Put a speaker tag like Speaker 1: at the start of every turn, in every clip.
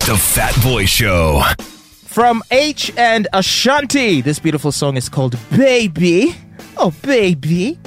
Speaker 1: The Fat Boy Show.
Speaker 2: From H and Ashanti, this beautiful song is called Baby. Oh, baby.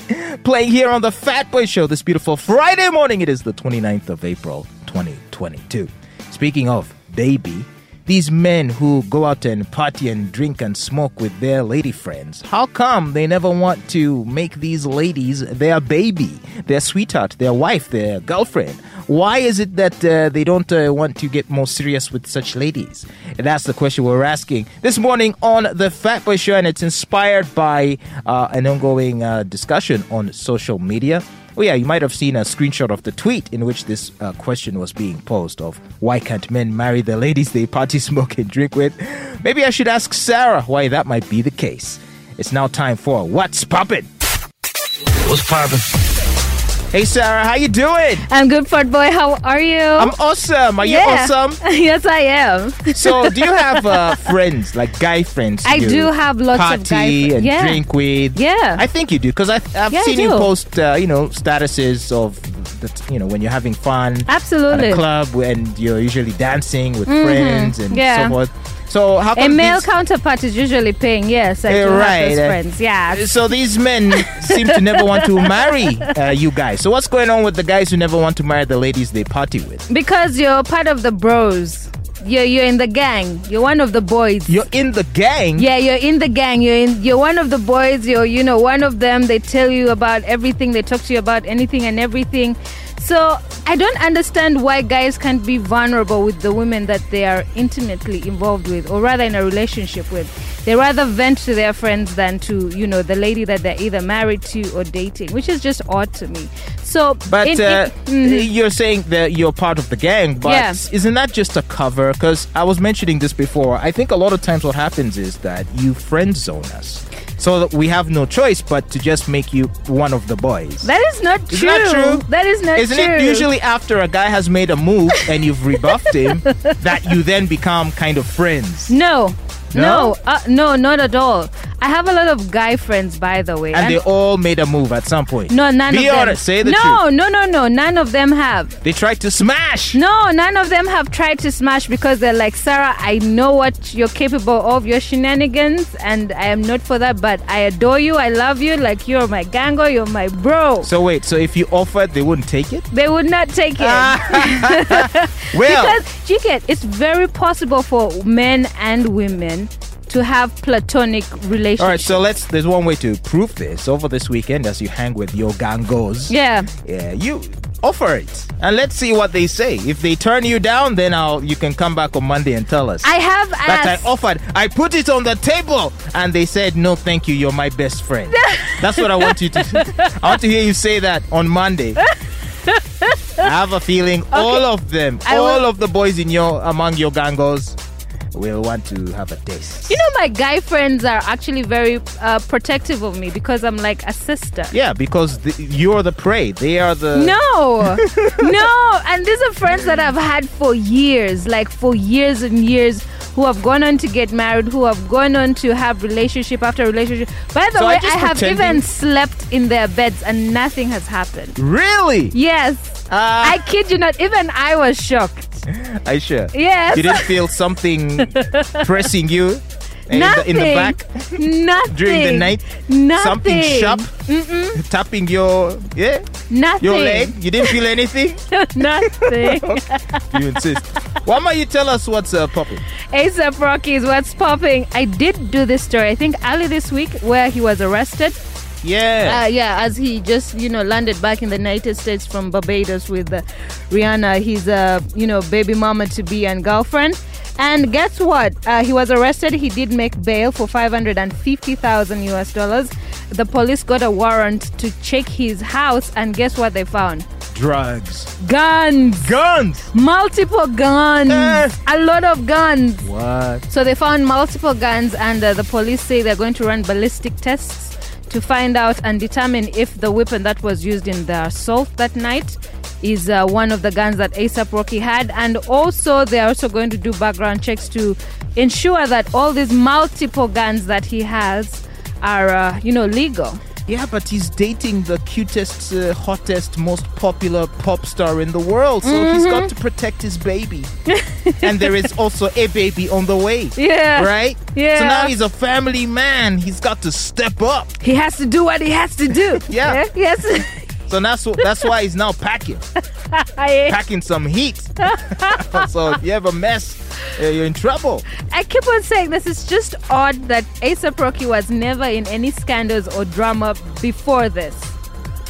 Speaker 2: Playing here on the Fat Boy Show this beautiful Friday morning. It is the 29th of April, 2022. Speaking of baby, these men who go out and party and drink and smoke with their lady friends, how come they never want to make these ladies their baby, their sweetheart, their wife, their girlfriend? Why is it that uh, they don't uh, want to get more serious with such ladies? And that's the question we're asking this morning on The Fat Boy Show, and it's inspired by uh, an ongoing uh, discussion on social media. Oh, yeah, you might have seen a screenshot of the tweet in which this uh, question was being posed of why can't men marry the ladies they party, smoke, and drink with? Maybe I should ask Sarah why that might be the case. It's now time for What's Poppin'?
Speaker 1: What's poppin'?
Speaker 2: Hey, Sarah, how you doing?
Speaker 3: I'm good, fat boy. How are you?
Speaker 2: I'm awesome. Are you
Speaker 3: Oh. Yeah.
Speaker 2: awesome?
Speaker 3: yes, I am.
Speaker 2: So, do you have uh, friends like guy friends?
Speaker 3: I
Speaker 2: you
Speaker 3: do have lots
Speaker 2: party
Speaker 3: of guy fri-
Speaker 2: and
Speaker 3: Yeah.
Speaker 2: drink with.
Speaker 3: Yeah.
Speaker 2: I think you do because I've, I've
Speaker 3: Yeah, I
Speaker 2: seen you
Speaker 3: do.
Speaker 2: post, uh, you know, statuses of that, you know, when you're having fun at
Speaker 3: Absolutely. Mm-hmm.
Speaker 2: a club and you're usually dancing with friends and
Speaker 3: Yeah.
Speaker 2: so forth. So, how
Speaker 3: A
Speaker 2: come
Speaker 3: male
Speaker 2: these-
Speaker 3: counterpart is usually paying. Yes, I
Speaker 2: Eh,
Speaker 3: do
Speaker 2: right,
Speaker 3: have those
Speaker 2: eh.
Speaker 3: friends. Yeah.
Speaker 2: so these men seem to never want to marry uh, you guys. So what's going on with the guys who never want to marry the ladies they party with?
Speaker 3: Because you're part of the bros. You're, you're in the gang. You're one of the boys.
Speaker 2: You're in the gang.
Speaker 3: yeah, you're in the gang. You're in. You're one of the boys. You're you know one of them. They tell you about everything. They talk to you about anything and everything. So I don't understand why guys can't be vulnerable with the women that they are intimately involved with, or rather in a relationship with. They rather vent to their friends than to you know the lady that they're either married to or dating, which is just odd to me. So,
Speaker 2: But
Speaker 3: in- in-
Speaker 2: uh,
Speaker 3: Mhm.
Speaker 2: you're saying that you're part of the gang, but
Speaker 3: Yeah.
Speaker 2: isn't that just a cover? Because I was mentioning this before. I think a lot of times what happens is that you friend zone us, so that we have no choice but to just make you one of the boys.
Speaker 3: that is not
Speaker 2: Is
Speaker 3: true.
Speaker 2: that true?
Speaker 3: That is not
Speaker 2: Isn't
Speaker 3: true.
Speaker 2: it usually after a guy has made a move and you've rebuffed him that you then become kind of friends?
Speaker 3: No.
Speaker 2: No?
Speaker 3: No, uh, no, not at all. I have a lot of guy friends, by the way.
Speaker 2: and
Speaker 3: And-
Speaker 2: they all made a move at some point.
Speaker 3: no, none
Speaker 2: Be
Speaker 3: of them.
Speaker 2: honest, say the
Speaker 3: no,
Speaker 2: truth.
Speaker 3: no, no, no. None of them have.
Speaker 2: They tried to smash.
Speaker 3: No, none of them have tried to smash because they're like, Sarah, I know what you're capable of, your shenanigans, and I am not for that, but I adore you, I love you, like you're my gango, you're my bro.
Speaker 2: So wait, so if you offered, they wouldn't take it?
Speaker 3: they would not take it.
Speaker 2: Ah, Well,
Speaker 3: Because you get it's very possible for men and women to have platonic relationships.
Speaker 2: all right. So let's. There's one way to prove this. Over this weekend, as you hang with your gangos,
Speaker 3: yeah.
Speaker 2: yeah, you offer it, and let's see what they say. If they turn you down, then I'll. You can come back on Monday and tell us.
Speaker 3: I have asked.
Speaker 2: that I offered. I put it on the table, and they said, "No, thank you. You're my best friend." That's what I want you to. I want to hear you say that on Monday. I have a feeling all of them,
Speaker 3: I
Speaker 2: all
Speaker 3: will-
Speaker 2: of the boys in your among your gangos, will want to have a taste.
Speaker 3: You know, my guy friends are actually very uh, protective of me because I'm like a sister.
Speaker 2: Yeah, because the, you're the prey. They are the.
Speaker 3: No, no, and these are friends that I've had for years, like for years and years, who have gone on to get married, who have gone on to have relationship after relationship. By the
Speaker 2: So
Speaker 3: way,
Speaker 2: I'm just
Speaker 3: I have
Speaker 2: pretending-
Speaker 3: even slept in their beds and nothing has happened.
Speaker 2: Really?
Speaker 3: Yes,
Speaker 2: Uh,
Speaker 3: I kid you not, even I was shocked.
Speaker 2: I sure.
Speaker 3: Yes,
Speaker 2: You didn't feel something pressing you in the, in the back
Speaker 3: Nothing. nothing
Speaker 2: during the night?
Speaker 3: nothing,
Speaker 2: Something sharp tapping your yeah
Speaker 3: nothing,
Speaker 2: your leg? You didn't feel anything?
Speaker 3: nothing.
Speaker 2: you insist. Why might you tell us what's uh, popping?
Speaker 3: ASAP Rockies, what's popping? I did do this story, I think early this week, where he was arrested. Uh,
Speaker 2: Yeah.
Speaker 3: yeah, as he just, you know, landed back in the United States from Barbados with uh, Rihanna, his, uh, you know, baby mama to be and girlfriend. And guess what? Uh, he was arrested. He did make bail for 550,000 US dollars. The police got a warrant to check his house, and guess what they found?
Speaker 2: Drugs.
Speaker 3: Guns!
Speaker 2: Guns.
Speaker 3: Multiple guns!
Speaker 2: Eh.
Speaker 3: A lot of guns!
Speaker 2: What?
Speaker 3: So they found multiple guns, and uh, the police say they're going to run ballistic tests to find out and determine if the weapon that was used in the assault that night is uh, one of the guns that ASAP Rocky had. And also, they're also going to do background checks to ensure that all these multiple guns that he has are, uh, you know, legal.
Speaker 2: Yeah, but he's dating the cutest, uh, hottest, most popular pop star in the world. So he's
Speaker 3: Mm-hmm.
Speaker 2: got to protect his baby. and there is also a baby on the way.
Speaker 3: Yeah.
Speaker 2: Right?
Speaker 3: Yeah.
Speaker 2: So now he's a family man. He's got to step up.
Speaker 3: He has to do what he has to do.
Speaker 2: Yeah.
Speaker 3: Yes.
Speaker 2: So that's wh- that's why he's now packing,
Speaker 3: I,
Speaker 2: packing some heat. so if you have a mess, uh, you're in trouble.
Speaker 3: I keep on saying this. It's just odd that ASAP Rocky was never in any scandals or drama before this.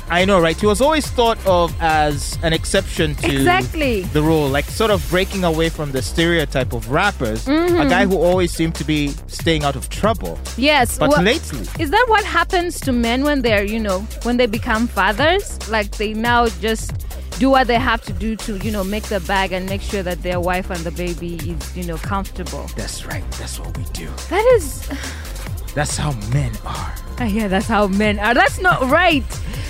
Speaker 2: I know, right? He was always thought of as an exception to
Speaker 3: Exactly.
Speaker 2: the rule, like sort of breaking away from the stereotype of rappers,
Speaker 3: Mm-hmm.
Speaker 2: a guy who always seemed to be staying out of trouble.
Speaker 3: Yes.
Speaker 2: But
Speaker 3: well-
Speaker 2: lately,
Speaker 3: Is that what happens to men when they're, you know, when they become fathers? Like they now just do what they have to do to, you know, make the bag and make sure that their wife and the baby is, you know, comfortable.
Speaker 2: that's right. That's what we do.
Speaker 3: That is,
Speaker 2: That's how men are.
Speaker 3: Ah, yeah, that's how men are. That's not right.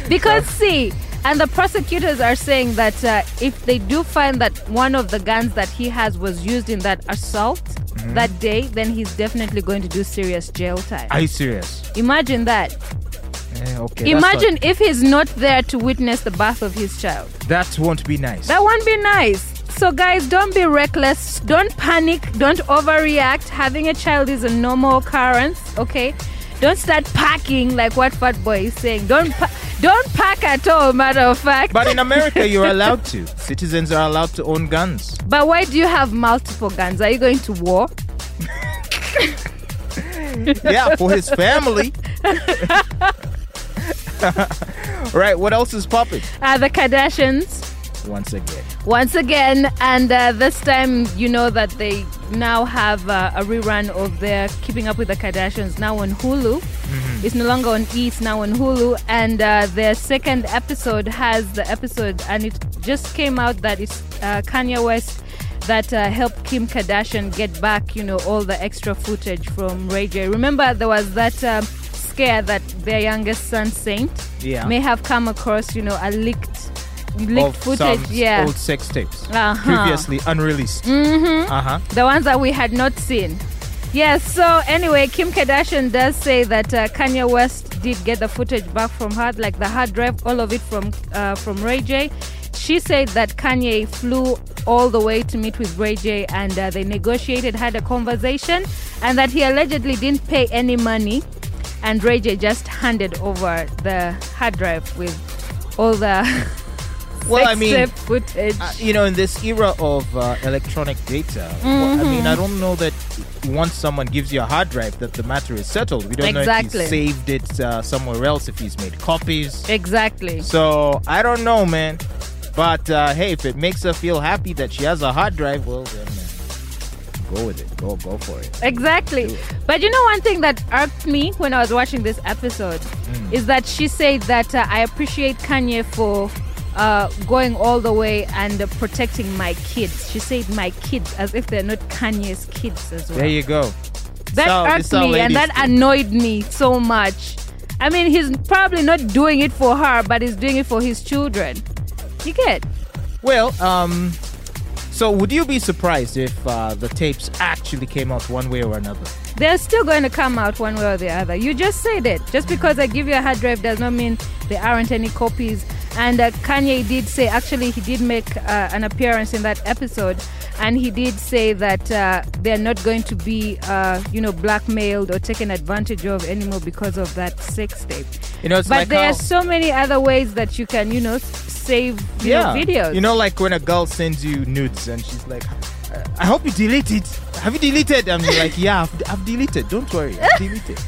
Speaker 3: Because see, and the prosecutors are saying that uh, if they do find that one of the guns that he has was used in that assault
Speaker 2: Mm-hmm.
Speaker 3: that day, then he's definitely going to do serious jail time.
Speaker 2: Are you serious?
Speaker 3: Imagine that.
Speaker 2: Eh, okay. that's not-
Speaker 3: Imagine if he's not there to witness the birth of his child.
Speaker 2: that won't be nice.
Speaker 3: That won't be nice. So, guys, don't be reckless. Don't panic. Don't overreact. Having a child is a normal occurrence, okay? Don't start packing like what Fat Boy is saying. Don't pa- don't pack at all, matter of fact.
Speaker 2: but in America, you're allowed to. Citizens are allowed to own guns.
Speaker 3: But why do you have multiple guns? Are you going to war?
Speaker 2: yeah, for his family. right, what else is popping?
Speaker 3: Uh, the Kardashians.
Speaker 2: Once again.
Speaker 3: once again and uh, this time you know that they now have uh, a rerun of their keeping up with the kardashians now on hulu
Speaker 2: Mm-hmm.
Speaker 3: it's no longer on e it's now on hulu and uh, their second episode has the episode and it just came out that it's uh, kanye west that uh, helped Kim Kardashian get back, you know, all the extra footage from Ray J. Remember, there was that um scare that their youngest son Saint
Speaker 2: Yeah.
Speaker 3: may have come across, you know, a leaked, leaked
Speaker 2: of
Speaker 3: footage.
Speaker 2: some
Speaker 3: yeah,
Speaker 2: old sex tapes.
Speaker 3: Uh-huh.
Speaker 2: Previously unreleased. Mm-hmm. Uh huh.
Speaker 3: the ones that we had not seen. Yes, so anyway, Kim Kardashian does say that uh, Kanye West did get the footage back from her, like the hard drive, all of it from uh, from Ray J. She said that Kanye flew all the way to meet with Ray J and uh, they negotiated, had a conversation, and that he allegedly didn't pay any money. And Ray J just handed over the hard drive with all the
Speaker 2: Well, I mean,
Speaker 3: except footage.
Speaker 2: uh, you know, in this era of uh, electronic data, well, I
Speaker 3: Mm-hmm.
Speaker 2: mean, I don't know that once someone gives you a hard drive, that the matter is settled. We don't know
Speaker 3: Exactly. Eh.
Speaker 2: if he saved it uh, somewhere else, if he's made copies.
Speaker 3: exactly.
Speaker 2: So I don't know, man. But uh, hey, if it makes her feel happy that she has a hard drive, well, then uh, go with it. Go, go for it.
Speaker 3: Exactly. But you know, one thing that irked me when I was watching this episode
Speaker 2: Mm.
Speaker 3: is that she said that uh, I appreciate Kanye for uh, going all the way and uh, protecting my kids. She said my kids as if they're not Kanye's kids as well.
Speaker 2: There you go.
Speaker 3: that
Speaker 2: So, this
Speaker 3: irked
Speaker 2: is how
Speaker 3: me and
Speaker 2: ladies
Speaker 3: that
Speaker 2: do.
Speaker 3: annoyed me so much. I mean, he's probably not doing it for her, but he's doing it for his children. You get?
Speaker 2: Well, um, so would you be surprised if uh, the tapes actually came out one way or another?
Speaker 3: they're still going to come out one way or the other. You just said it. Just because I give you a hard drive does not mean there aren't any copies. And uh, Kanye did say, actually, he did make uh, an appearance in that episode, and he did say that uh, they're not going to be, uh, you know, blackmailed or taken advantage of anymore because of that sex tape.
Speaker 2: You know, it's
Speaker 3: but
Speaker 2: like
Speaker 3: there
Speaker 2: how-
Speaker 3: are so many other ways that you can, you know, s- save your
Speaker 2: yeah,
Speaker 3: videos.
Speaker 2: You know, like when a girl sends you nudes and she's like, "I- "I hope you delete it. Have you deleted?" And you're like, "Yeah, I've, I've deleted. Don't worry, I've deleted."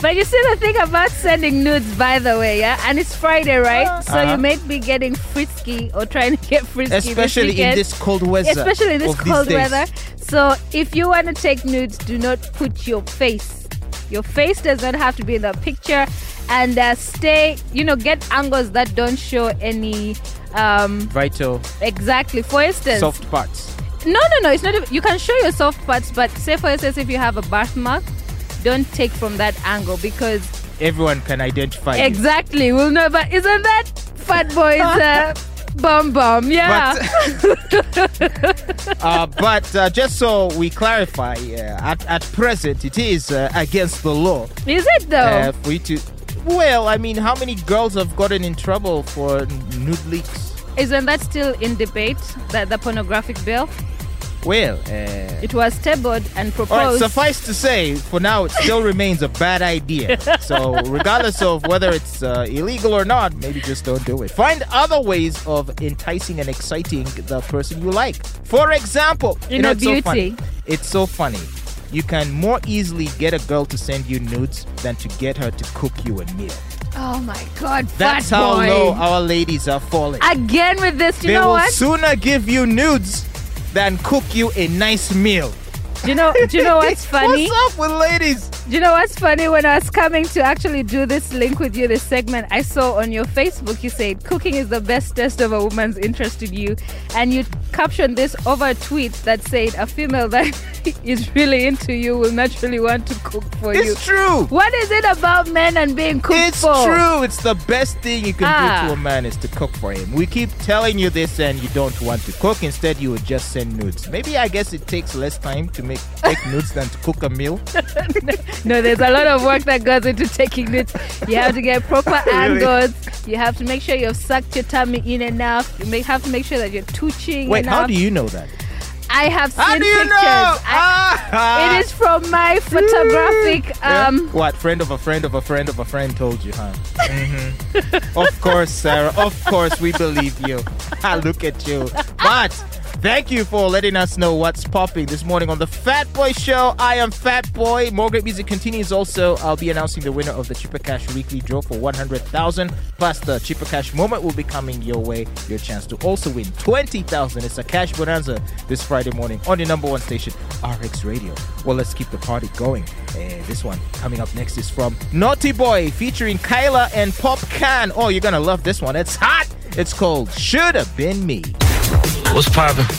Speaker 3: But you see the thing about sending nudes, by the way, yeah? And it's Friday, right? So
Speaker 2: Uh-huh.
Speaker 3: you may be getting frisky or trying to get frisky. this
Speaker 2: Especially in
Speaker 3: weekend.
Speaker 2: this cold weather.
Speaker 3: Especially in this
Speaker 2: of these
Speaker 3: cold
Speaker 2: days.
Speaker 3: weather. So if you want to take nudes, do not put your face. Your face does not have to be in the picture. And uh, stay, you know, get angles that don't show any. Um,
Speaker 2: Vital
Speaker 3: exactly. For instance,
Speaker 2: soft parts.
Speaker 3: no, no, no. It's not. A, you can show your soft parts, but say, for instance, if you have a birthmark, don't take from that angle because
Speaker 2: Everyone can identify. you.
Speaker 3: Exactly. We'll know. But isn't that Fat Boy's uh, bum bum? Yeah.
Speaker 2: Uh, but uh, just so we clarify, uh, at, at present, it is uh, against the law
Speaker 3: Is it though?
Speaker 2: uh, for you to. Well, I mean, how many girls have gotten in trouble for nude leaks?
Speaker 3: Isn't that still in debate? That the pornographic bill?
Speaker 2: Well, uh,
Speaker 3: It was tabled and
Speaker 2: All right,
Speaker 3: proposed.
Speaker 2: suffice to say, for now, it still remains a bad idea. So, regardless of whether it's uh, illegal or not, maybe just don't do it. Find other ways of enticing and exciting the person you like. For example,
Speaker 3: You know,
Speaker 2: it's so funny.
Speaker 3: beauty.
Speaker 2: it's so funny. You can more easily get a girl to send you nudes than to get her to cook you a meal.
Speaker 3: oh my god,
Speaker 2: That's
Speaker 3: fat
Speaker 2: how
Speaker 3: boy.
Speaker 2: low our ladies are falling.
Speaker 3: Again with this, do you
Speaker 2: they
Speaker 3: know
Speaker 2: will
Speaker 3: what?
Speaker 2: sooner give you nudes than cook you a nice meal.
Speaker 3: Do you know? Do you know what's funny?
Speaker 2: What's up with ladies?
Speaker 3: Do you know what's funny? When I was coming to actually do this link with you, this segment, I saw on your Facebook you said cooking is the best test of a woman's interest in you, and you captioned this over a tweet that said a female that is really into you will naturally want to cook for you.
Speaker 2: It's true.
Speaker 3: What is it about men and being cooked
Speaker 2: It's
Speaker 3: for?
Speaker 2: true. It's the best thing you can
Speaker 3: Ah.
Speaker 2: do to a man is to cook for him. We keep telling you this and you don't want to cook. Instead, you would just send nudes. Maybe I guess it takes less time to make, make nudes than to cook a meal.
Speaker 3: No, there's a lot of work that goes into taking this. You have to get proper angles. You have to make sure you've sucked your tummy in enough. You may have to make sure that you're twitching
Speaker 2: Wait,
Speaker 3: enough.
Speaker 2: how do you know that?
Speaker 3: I have seen
Speaker 2: How do you
Speaker 3: pictures.
Speaker 2: know?
Speaker 3: I-
Speaker 2: Ah.
Speaker 3: It is from my photographic.
Speaker 2: Yeah?
Speaker 3: Um,
Speaker 2: What? Friend of a friend of a friend of a friend told you, huh? hmm of course, Sarah. Of course, we believe you. I look at you. But thank you for letting us know what's popping this morning on the Fat Boy Show. I am Fat Boy. More great music continues. Also, I'll be announcing the winner of the Cheaper Cash Weekly Draw for 100,000. Plus, the Cheaper Cash moment will be coming your way. Your chance to also win 20,000. It's a cash bonanza this Friday morning on the number one station, RX Radio. Well, let's keep the party going. Uh, this one coming up next is from Naughty Boy featuring Kyla and Pop Can. Oh, you're gonna love this one. It's hot. It's called Should Have Been Me.
Speaker 1: What's poppin'?